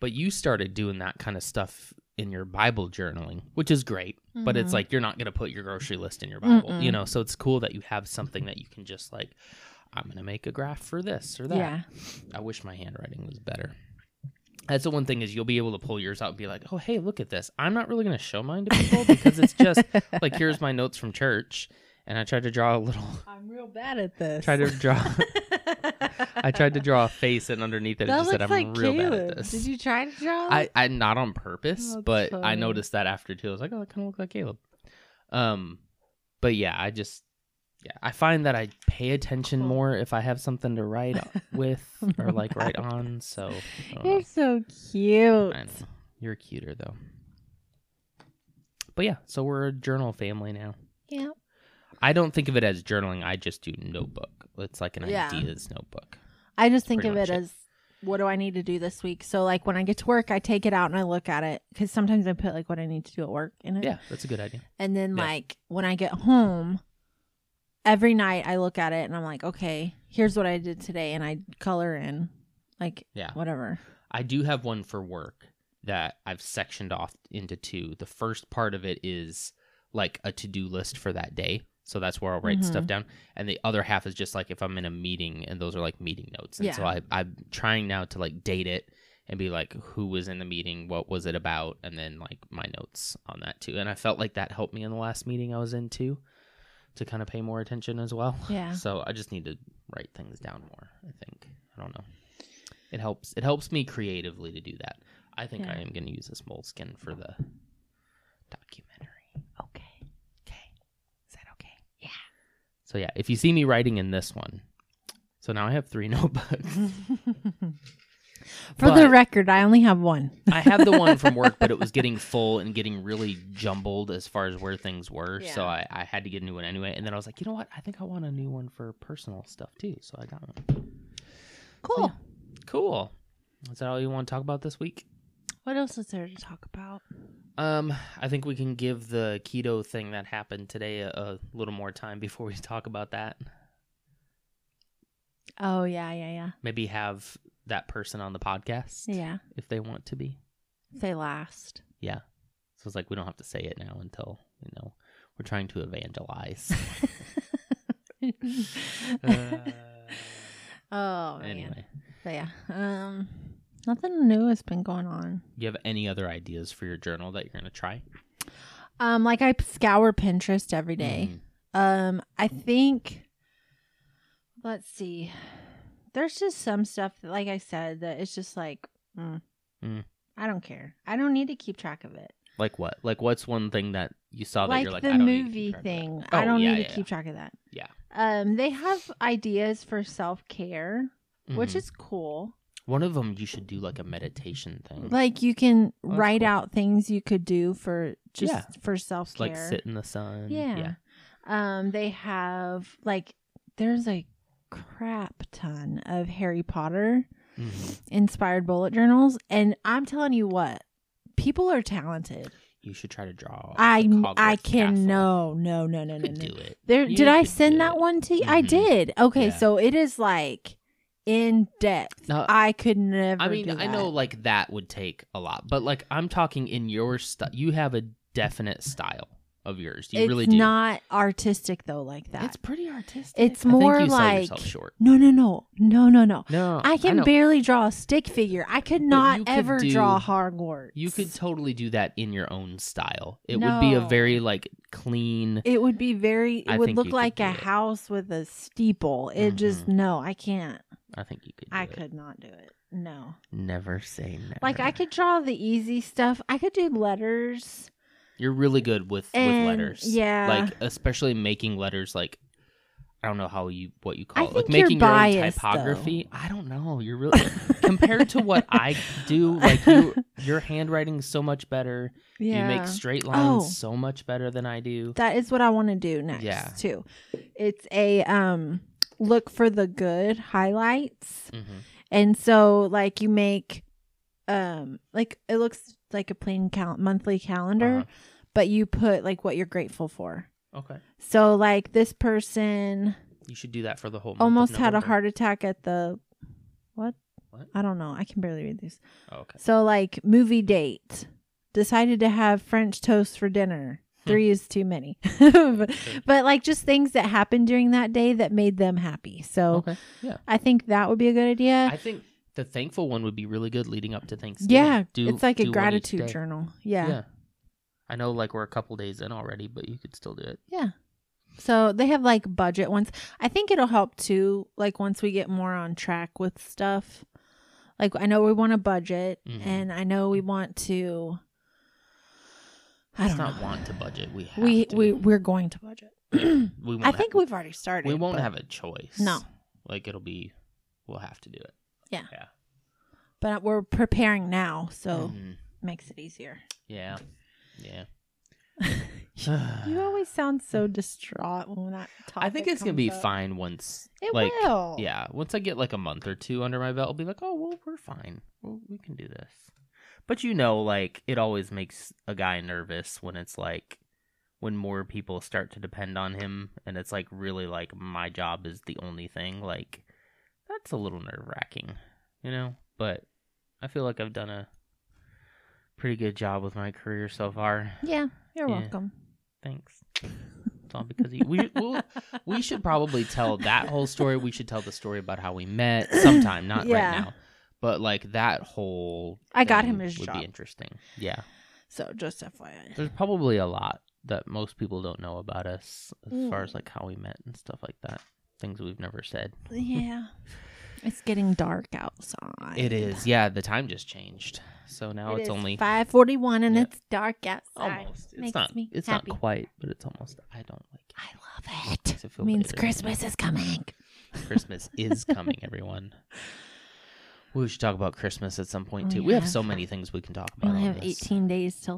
But you started doing that kind of stuff in your Bible journaling, which is great. But it's Mhm. like you're not going to put your grocery list in your Bible, Mm-mm. you know? So it's cool that you have something that you can just like, I'm going to make a graph for this or that. yeah, I wish my handwriting was better. That's the one thing is you'll be able to pull yours out and be like, oh, hey, look at this. I'm not really going to show mine to people *laughs* because it's *laughs* just like, here's my notes from church. And I tried to draw a little, I'm real bad at this. tried to *laughs* draw, I tried to draw a face and underneath it, it that just looks said, I'm like real Caleb. bad at this. Did you try to draw? I, I not on purpose, Oh. That's but I funny. noticed that after too. I was like, oh, I kind of look like Caleb. Um, but yeah, I just yeah, I find that I pay attention Cool. more if I have something to *laughs* write with or like write on. So I don't know. You're so I cute. don't know. you're cuter though. But yeah, so we're a journal family now. Yeah. I don't think of it as journaling. I just do notebook. It's like an Yeah. ideas notebook. I just think pretty of it, much it. as what do I need to do this week? So like when I get to work, I take it out and I look at it because sometimes I put like what I need to do at work in it. Yeah, that's a good idea. And then Yeah. like when I get home, every night I look at it and I'm like, okay, here's what I did today, and I color in like Yeah. whatever. I do have one for work that I've sectioned off into two. The first part of it is like a to do list for that day. So that's where I'll write stuff down. And the other half is just like if I'm in a meeting and those are like meeting notes. And so I, I'm trying now to like date it and be like, who was in the meeting, what was it about, and then like my notes on that too. And I felt like that helped me in the last meeting I was in too, to kind of pay more attention as well. Yeah. So I just need to write things down more. I think I don't know. It helps. It helps me creatively to do that. I think Yeah. I am going to use this moleskin for the documentary. Okay. Okay. Is that okay? Yeah. So yeah, if you see me writing in this one, so now I have three *laughs* *laughs* notebooks. For the But- record, I only have one. I have the one from work, but it was getting full and getting really jumbled as far as where things were. So Yeah. I, I had to get a new one anyway. And then I was like, you know what? I think I want a new one for personal stuff too. So I got one. Cool. Cool. Is that all you want to talk about this week? What else is there to talk about? Um, I think we can give the keto thing that happened today a, a little more time before we talk about that. Oh yeah, yeah, yeah, Maybe have that person on the podcast yeah. if they want to be. They *laughs* last. So it's like we don't have to say it now until you know we're trying to *laughs* evangelize. Uh, oh *laughs* man. anyway, But yeah. Um. Nothing new has been going on. you have any other ideas for your journal that you're gonna try? Um. Like I scour Pinterest every day. Mm, Um, I think let's see. There's just some stuff that, like I said, that it's just like mm, Mm. I don't care. I don't need to keep track of it. Like what? Like what's one thing that you saw that like, you're like the I don't need to keep movie track of that." thing. Oh, I don't yeah, need to yeah, keep track of that. Yeah. Um, they have ideas for self care, which Mhm. is cool. one of them. You should do like a meditation thing, like, Like you can Mm-hmm. Oh, that's write cool. out things you could do for just Yeah. for self care. like sit in the sun. Yeah. Um, they have like there's a crap ton of Harry Potter Mhm. inspired bullet journals, and I'm telling you what, people are talented. You should try to draw. I Oh, the I Hogwarts can castle. no no no no You no could no. do it. There You did I could do send that it. one to you? I Mhm. did. Okay, Yeah. so it is like in depth. Now, I could never. I mean, do I that. know like that would take a lot, but like I'm talking in your style. You have a definite style of yours. You it's really do. not artistic though like that. It's pretty artistic. It's I think more you sell like- yourself short. no no no no no no. No, I can Uh, know. barely draw a stick figure. I could not you could ever do- draw Hogwarts. You could totally do that in your own style. It would be a No. very like clean. It would be very. It I would think look you could like do a it. house with a steeple. It just no. I can't. I think you could. Do I it. could not do it. No. never say never. Like I could draw the easy stuff. I could do letters. You're really good with And, with letters. yeah. like especially making letters like. I don't know how you what you call I it. Like think you're making your biased, own typography. I don't know. You're really compared to what *laughs* I do, like *laughs* you, your handwriting's so much better. yeah. You make straight lines Oh. so much better than I do. that is what I want to do next Yeah. too. It's a um look for the good highlights, Mhm. and so like you make um like it looks like a plain cal- monthly calendar, but you put like what you're grateful for. Uh-huh. Okay, So like this person you should do that for the whole. month of almost had a November. heart attack at the what? What? I don't know. I can barely read these. Oh, *laughs* okay. So like movie date. Decided to have French toast for dinner. Hmm. Three is too many. *laughs* but, but, like just things that happened during that day that made them happy. So Okay. Yeah. I think that would be a good idea. I think the thankful one would be really good leading up to Thanksgiving. yeah. Do- it's like a do one each gratitude day. journal. Yeah. I know like we're a couple days in already, but you could still do it. So they have like budget ones. I think it'll help too, like once we get more on track with stuff. Like I know we want a budget Mhm. and I know we want to I Let's don't not know. want to budget. We have we to. we we're going to budget. *clears throat* we won't I think ha- we've already started. we won't but, have a choice. No. Like it'll be we'll have to do it. but we're preparing now, so Mhm. makes it easier. Yeah. Yeah. *laughs* You always sound so distraught when that topic Ah. *sighs* I think it's gonna comes be up. fine once It like will. yeah, once I get like a month or two under my belt, I'll be like, oh well, we're fine. Well, we can do this. But you know, like it always makes a guy nervous when it's like when more people start to depend on him, and it's like really like my job is the only thing. Like that's a little nerve wracking, you know. But I feel like I've done a pretty good job with my career so far. Yeah. You're Yeah. welcome. Thanks. It's all because of you. We, we'll, *laughs* we should probably tell that whole story. We should tell the story about how we met sometime, not Yeah. right now. But like that whole, I got thing him his would job. be interesting. Yeah, So just *laughs* FYI. there's probably a lot that most people don't know about us as far Mm. as like how we met and stuff like that. Things we've never said. Yeah. It's getting dark outside. It is, yeah. The time just changed, so now it's only five forty one and Yeah. it's dark outside. almost. It's Makes not. me It's happy. not quite, but it's almost. I don't like. It. I love it. Makes it feel Means better. Christmas is coming. Christmas is coming, *laughs* everyone. We should talk about Christmas at some Oh, point too. We have so many things we can talk We about. only on Oh, have this. eighteen days till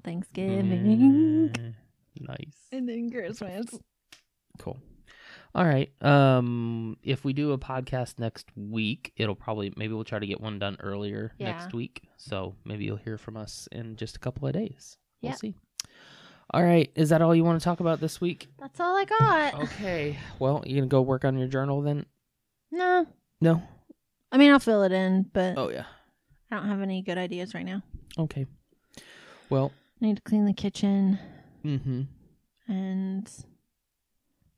Thanksgiving. Mm, nice. And then Christmas. Cool. All right. Um, if we do a podcast next week, it'll probably maybe we'll try to get one done earlier Yeah. next week. So maybe you'll hear from us in just a couple of days. We'll Yep. see. All right. Is that all you want to talk about this week? That's all I *laughs* got. Oh. Okay. Well, you gonna go work on your journal then? No. No. I mean I'll fill it in, but Oh yeah. I don't have any good ideas right now. Okay. Well. I need to clean the kitchen Mm-hmm. and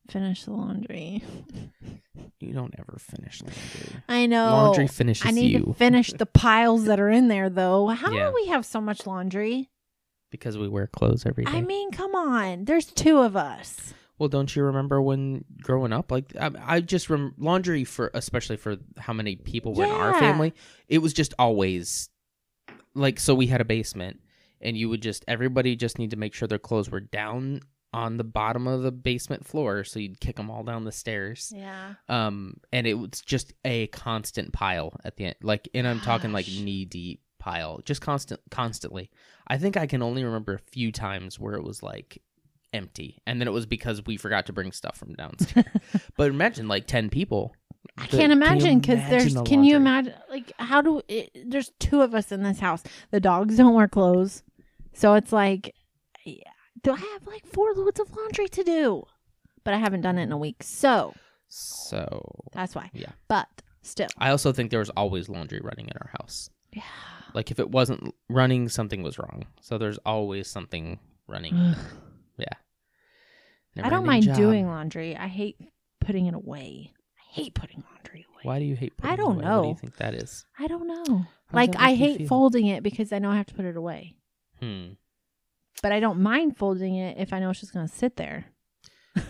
finish the laundry. You don't ever finish laundry. I know. laundry finishes I need you to *laughs* finish the piles that are in there, though. How Yeah. do we have so much laundry? because we wear clothes every day. I mean, come on. There's two of us. well, don't you remember when growing up? Like I, I just rem- laundry for especially for how many people were in our Yeah. family. It was just always like so we had a basement and you would just everybody just need to make sure their clothes were down on the bottom of the basement floor so you'd kick them all down the stairs. Yeah. um and it was just a constant pile at the end like and i'm talking like Gosh. knee deep pile just constant constantly i think i can only remember a few times where it was like empty and then it was because we forgot to bring stuff from *laughs* downstairs but imagine like 10 people I The- can't imagine because imagine there's. the can you laundry? imagine? Like, how do it, there's two of us in this house? The dogs don't wear clothes, so it's like, yeah, do I have like four loads of laundry to do? But I haven't done it in a week, so so that's why. Yeah. But still, *sighs* i also think there was always laundry running in our house yeah. like if it wasn't running something was wrong so there's always something running *gasps* I don't Never-ending mind job. doing laundry. I hate putting it away. I hate putting laundry away. why do you hate I putting it don't away? what do you know. think that is I don't know. How does Like that I make you hate feel? folding it because I know I have to put it away. hmm But I don't mind folding it if I know it's just gonna sit there.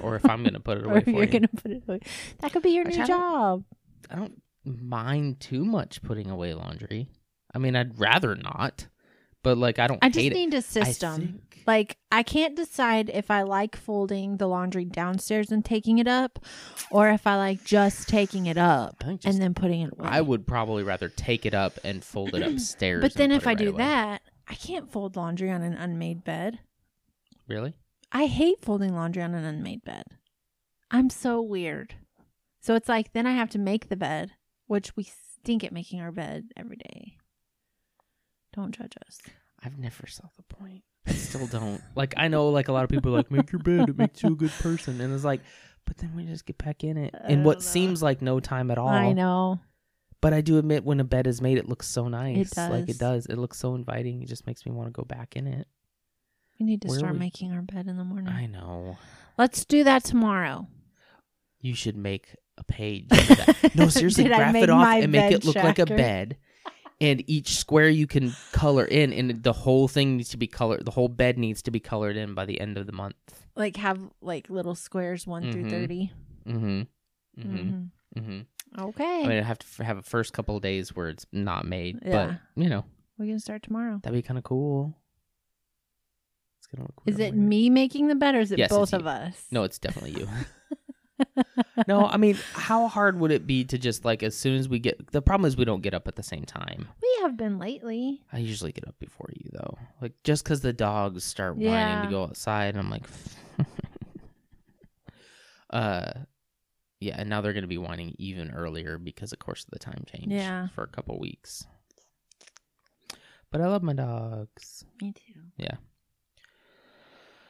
or if i'm gonna put it *laughs* Or away if for you're you. gonna put it away. That could be your I new try to- job. I don't mind too much putting away laundry. I mean, I'd rather not, but like I don't. I just hate need a it. system. I think, Like I can't decide if I like folding the laundry downstairs and taking it up or if I like just taking it up I think just- and then putting it away. I would probably rather take it up and *clears throat* fold it upstairs. but then and if put it I right do away. that, I can't fold laundry on an unmade bed. really? I hate folding laundry on an unmade bed. I'm so weird. So it's like then I have to make the bed, which we stink at making our bed every day. Don't judge us. I've never saw the point. I still don't. like I know, like a lot of people, are like make your bed, it makes you a good person, and it's like, but then we just get back in it I in what don't know. seems like no time at all. I know. But I do admit, when a bed is made, it looks so nice. Like it does. does. It looks so inviting. It just makes me want to go back in it. We need to Where are start we- making our bed in the morning. I know. Let's do that tomorrow. you should make a *laughs* page. of that. No, seriously, Did I graph make it off my and make bed it look like a tracker? bed. And each square you can color in, and the whole thing needs to be colored. The whole bed needs to be colored in by the end of the month. Like have like little squares one Mhm. through 30 Mm-hmm. Mm-hmm. Mm-hmm. Mm-hmm. Okay, I mean, I have to f- have a first couple of days where it's not made, Yeah. but you know we can start tomorrow. that'd be kind of cool. It's gonna look. Is real it weird. me making the bed or is it Yes, it's both of you. us? No, it's definitely you. *laughs* no, I mean, how hard would it be to just like as soon as we get? The problem is we don't get up at the same time. we have been lately. I usually get up before you though. Like just because the dogs start whining Yeah. to go outside, I'm like, *laughs* uh, yeah. And now they're gonna be whining even earlier because of course of the time change. Yeah. for a couple weeks. But I love my dogs. Me too. Yeah.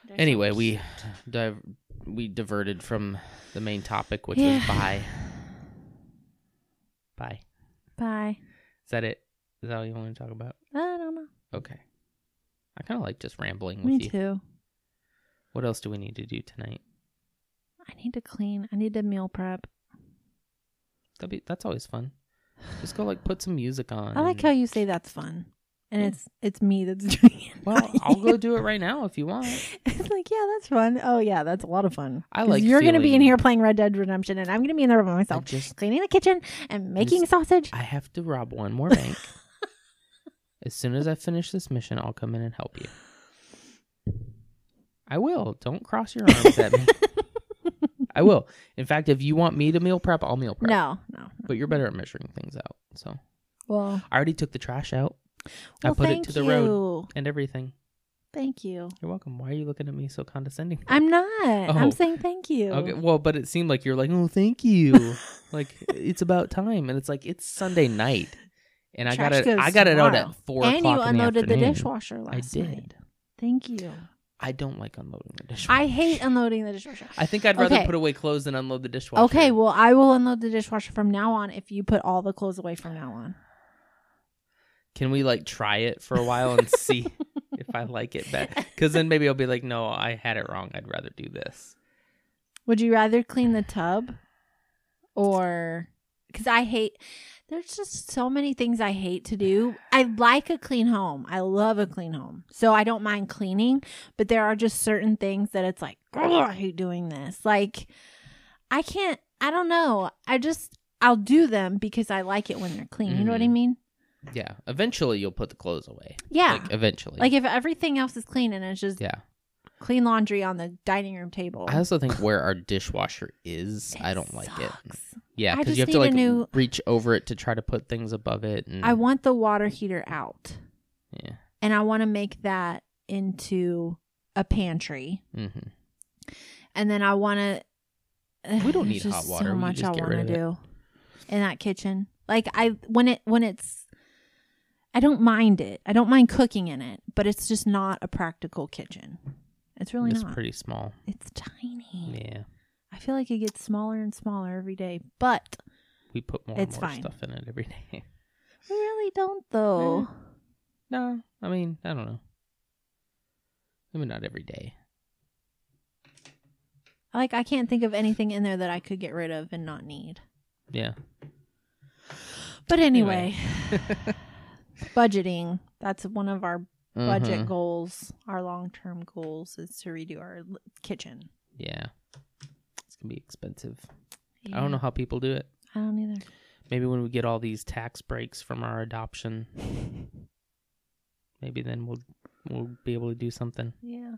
They're so Anyway, we cute. div- we diverted from the main topic, which Yeah. was bye. Bye. bye. Is that it? Is that all you want to talk about? I don't know. Okay. I kind of like just rambling with Me you. too. What else do we need to do tonight? I need to clean. I need to meal prep. That'd be, that's always fun. Just go like put some music on. I like how and- you say that's fun. And Um, Yeah. it's it's me that's *laughs* doing it. Well, not I'll you. go do it right now if you want. *laughs* It's like, yeah, that's fun. Oh yeah, that's a lot of fun. I 'Cause like You're gonna be in feeling- here playing Red Dead Redemption, and I'm gonna be in there by I myself, just cleaning the kitchen and making Just- sausage. I have to rob one more *laughs* bank. as soon as I finish this mission, I'll come in and help you. I will. Don't cross your arms at *laughs* me. I will. In fact, if you want me to meal prep, I'll meal prep. No, no. But you're better at measuring things out. So Well, I already took the trash out well, I put it thank to the you. road. and everything. Thank you. You're welcome. Why are you looking at me so condescending? I'm not. Oh. I'm saying thank you. Okay. Well, but it seemed like you're like, oh, thank *laughs* you. like it's about time, and it's like it's Sunday night, and I got Trash it. goes I got it out tomorrow. at four and o'clock. you in the unloaded the, afternoon. dishwasher I last did. night. Thank you. I don't like unloading the dishwasher. I hate unloading the dishwasher. *laughs* I think I'd rather Okay. put away clothes than unload the dishwasher. Okay, well, I will unload the dishwasher from now on if you put all the clothes away from now on. Can we like try it for a while *laughs* and see if I like it better? Because then maybe I'll be like, no, I had it wrong. I'd rather do this. Would you rather clean the tub or cuz I hate there's just so many things I hate to do. I like a clean home. I love a clean home. So I don't mind cleaning, but there are just certain things that it's like, "Ugh, I hate doing this. Like I can't I don't know. I just I'll do them because I like it when they're clean. You know what I Mhm. mean? Yeah. Eventually, you'll put the clothes away. Yeah. Like eventually. Like if everything else is clean and it's just yeah. clean laundry on the dining room table. I also think where our dishwasher is, I don't like it. sucks. Yeah, I because just you have need to a like new- reach over it to try to put things above it. And, I want the water heater out, Yeah. and I want to make that into a pantry, Mm-hmm. and then I want to. We don't need hot water. So We much just I get want rid to of it. do in that kitchen. Like I when it when it's, I don't mind it. I don't mind cooking in it, but it's just not a practical kitchen. It's really It's not. pretty small. it's tiny. Yeah. I feel like it gets smaller and smaller every day, but We put more and It's more fine. stuff in it every *laughs* day. we really don't Mm. though. No, I mean, I don't know. Maybe not every day. Like I can't think of anything in there that I could get rid of and not need. Yeah. But anyway, Anyway. *laughs* budgeting. That's one of our budget Mhm. goals. Our long-term goals is to redo our l- kitchen. Yeah. It's going to be expensive. I don't know how people do it. I don't either. Maybe when we get all these tax breaks from our adoption, maybe then we'll we'll be able to do something. Yeah.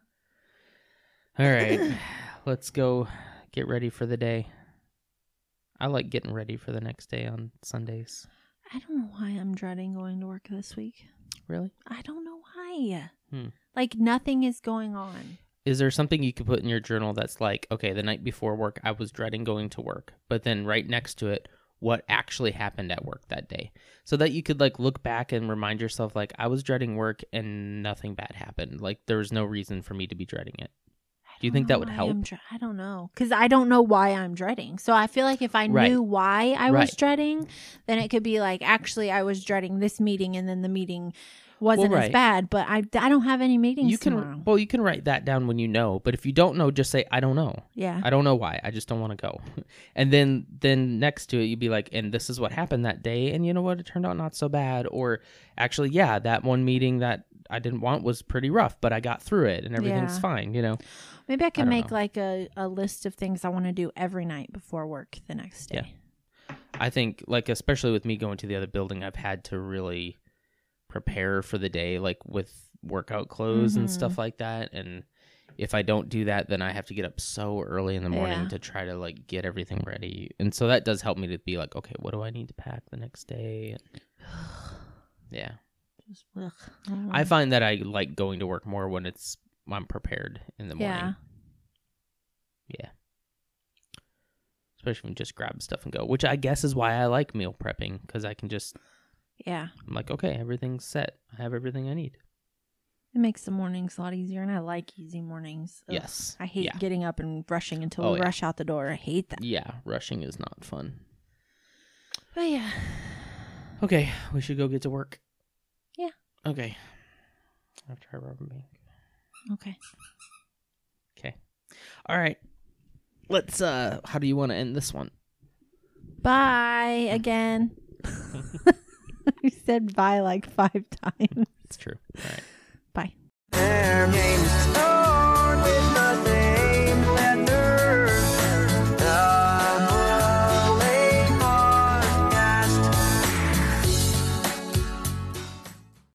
All right. Let's go get ready for the day. I like getting ready for the next day on Sundays. I don't know why I'm dreading going to work this week. Really? I don't know why. Hmm. Like nothing is going on. Is there something you could put in your journal that's like, okay, the night before work, I was dreading going to work, but then right next to it, what actually happened at work that day? So that you could like look back and remind yourself, like, I was dreading work and nothing bad happened. Like, there was no reason for me to be dreading it. I Do you don't think know that would why help? I'm dre- I don't know because I don't know why I'm dreading. So I feel like if I Right. knew why I was Right. dreading, then it could be like actually I was dreading this meeting, and then the meeting wasn't as right. bad. But I, I don't have any meetings You can, tomorrow. well, you can write that down when you know, but if you don't know, just say, I don't know. yeah, I don't know why. I just don't want to go. *laughs* And then then next to it you'd be like, and this is what happened that day and you know what? It turned out not so bad or actually yeah, that one meeting that I didn't want was pretty rough, but I got through it and everything's Yeah. fine, you know. maybe I can don't make know. like a, a list of things I want to do every night before work the next day. *sighs* Yeah. I think like especially with me going to the other building, I've had to really prepare for the day like with workout clothes and Mhm. stuff like that and if I don't do that, then I have to get up so early in the morning Yeah. to try to like get everything ready. And so that does help me to be like, okay, what do I need to pack the next day? And yeah. Just, ugh, I don't I know. find that I like going to work more when it's I'm prepared in the morning. Yeah. Yeah. Especially when you just grab stuff and go, which I guess is why I like meal prepping because I can just yeah, I'm like, okay, everything's set. I have everything I need. it makes the mornings a lot easier, and I like easy mornings. Ugh. Yes. I hate Yeah. getting up and rushing until Oh, we yeah. rush out the door. I hate that. Yeah, rushing is not fun. But yeah. Okay, we should go get to work. Yeah. Okay. After I rob a bank. Okay. All right. Let's uh how do you want to end this one? Bye again. *laughs* you said bye like five times. It's true. All right. Bye. Yeah.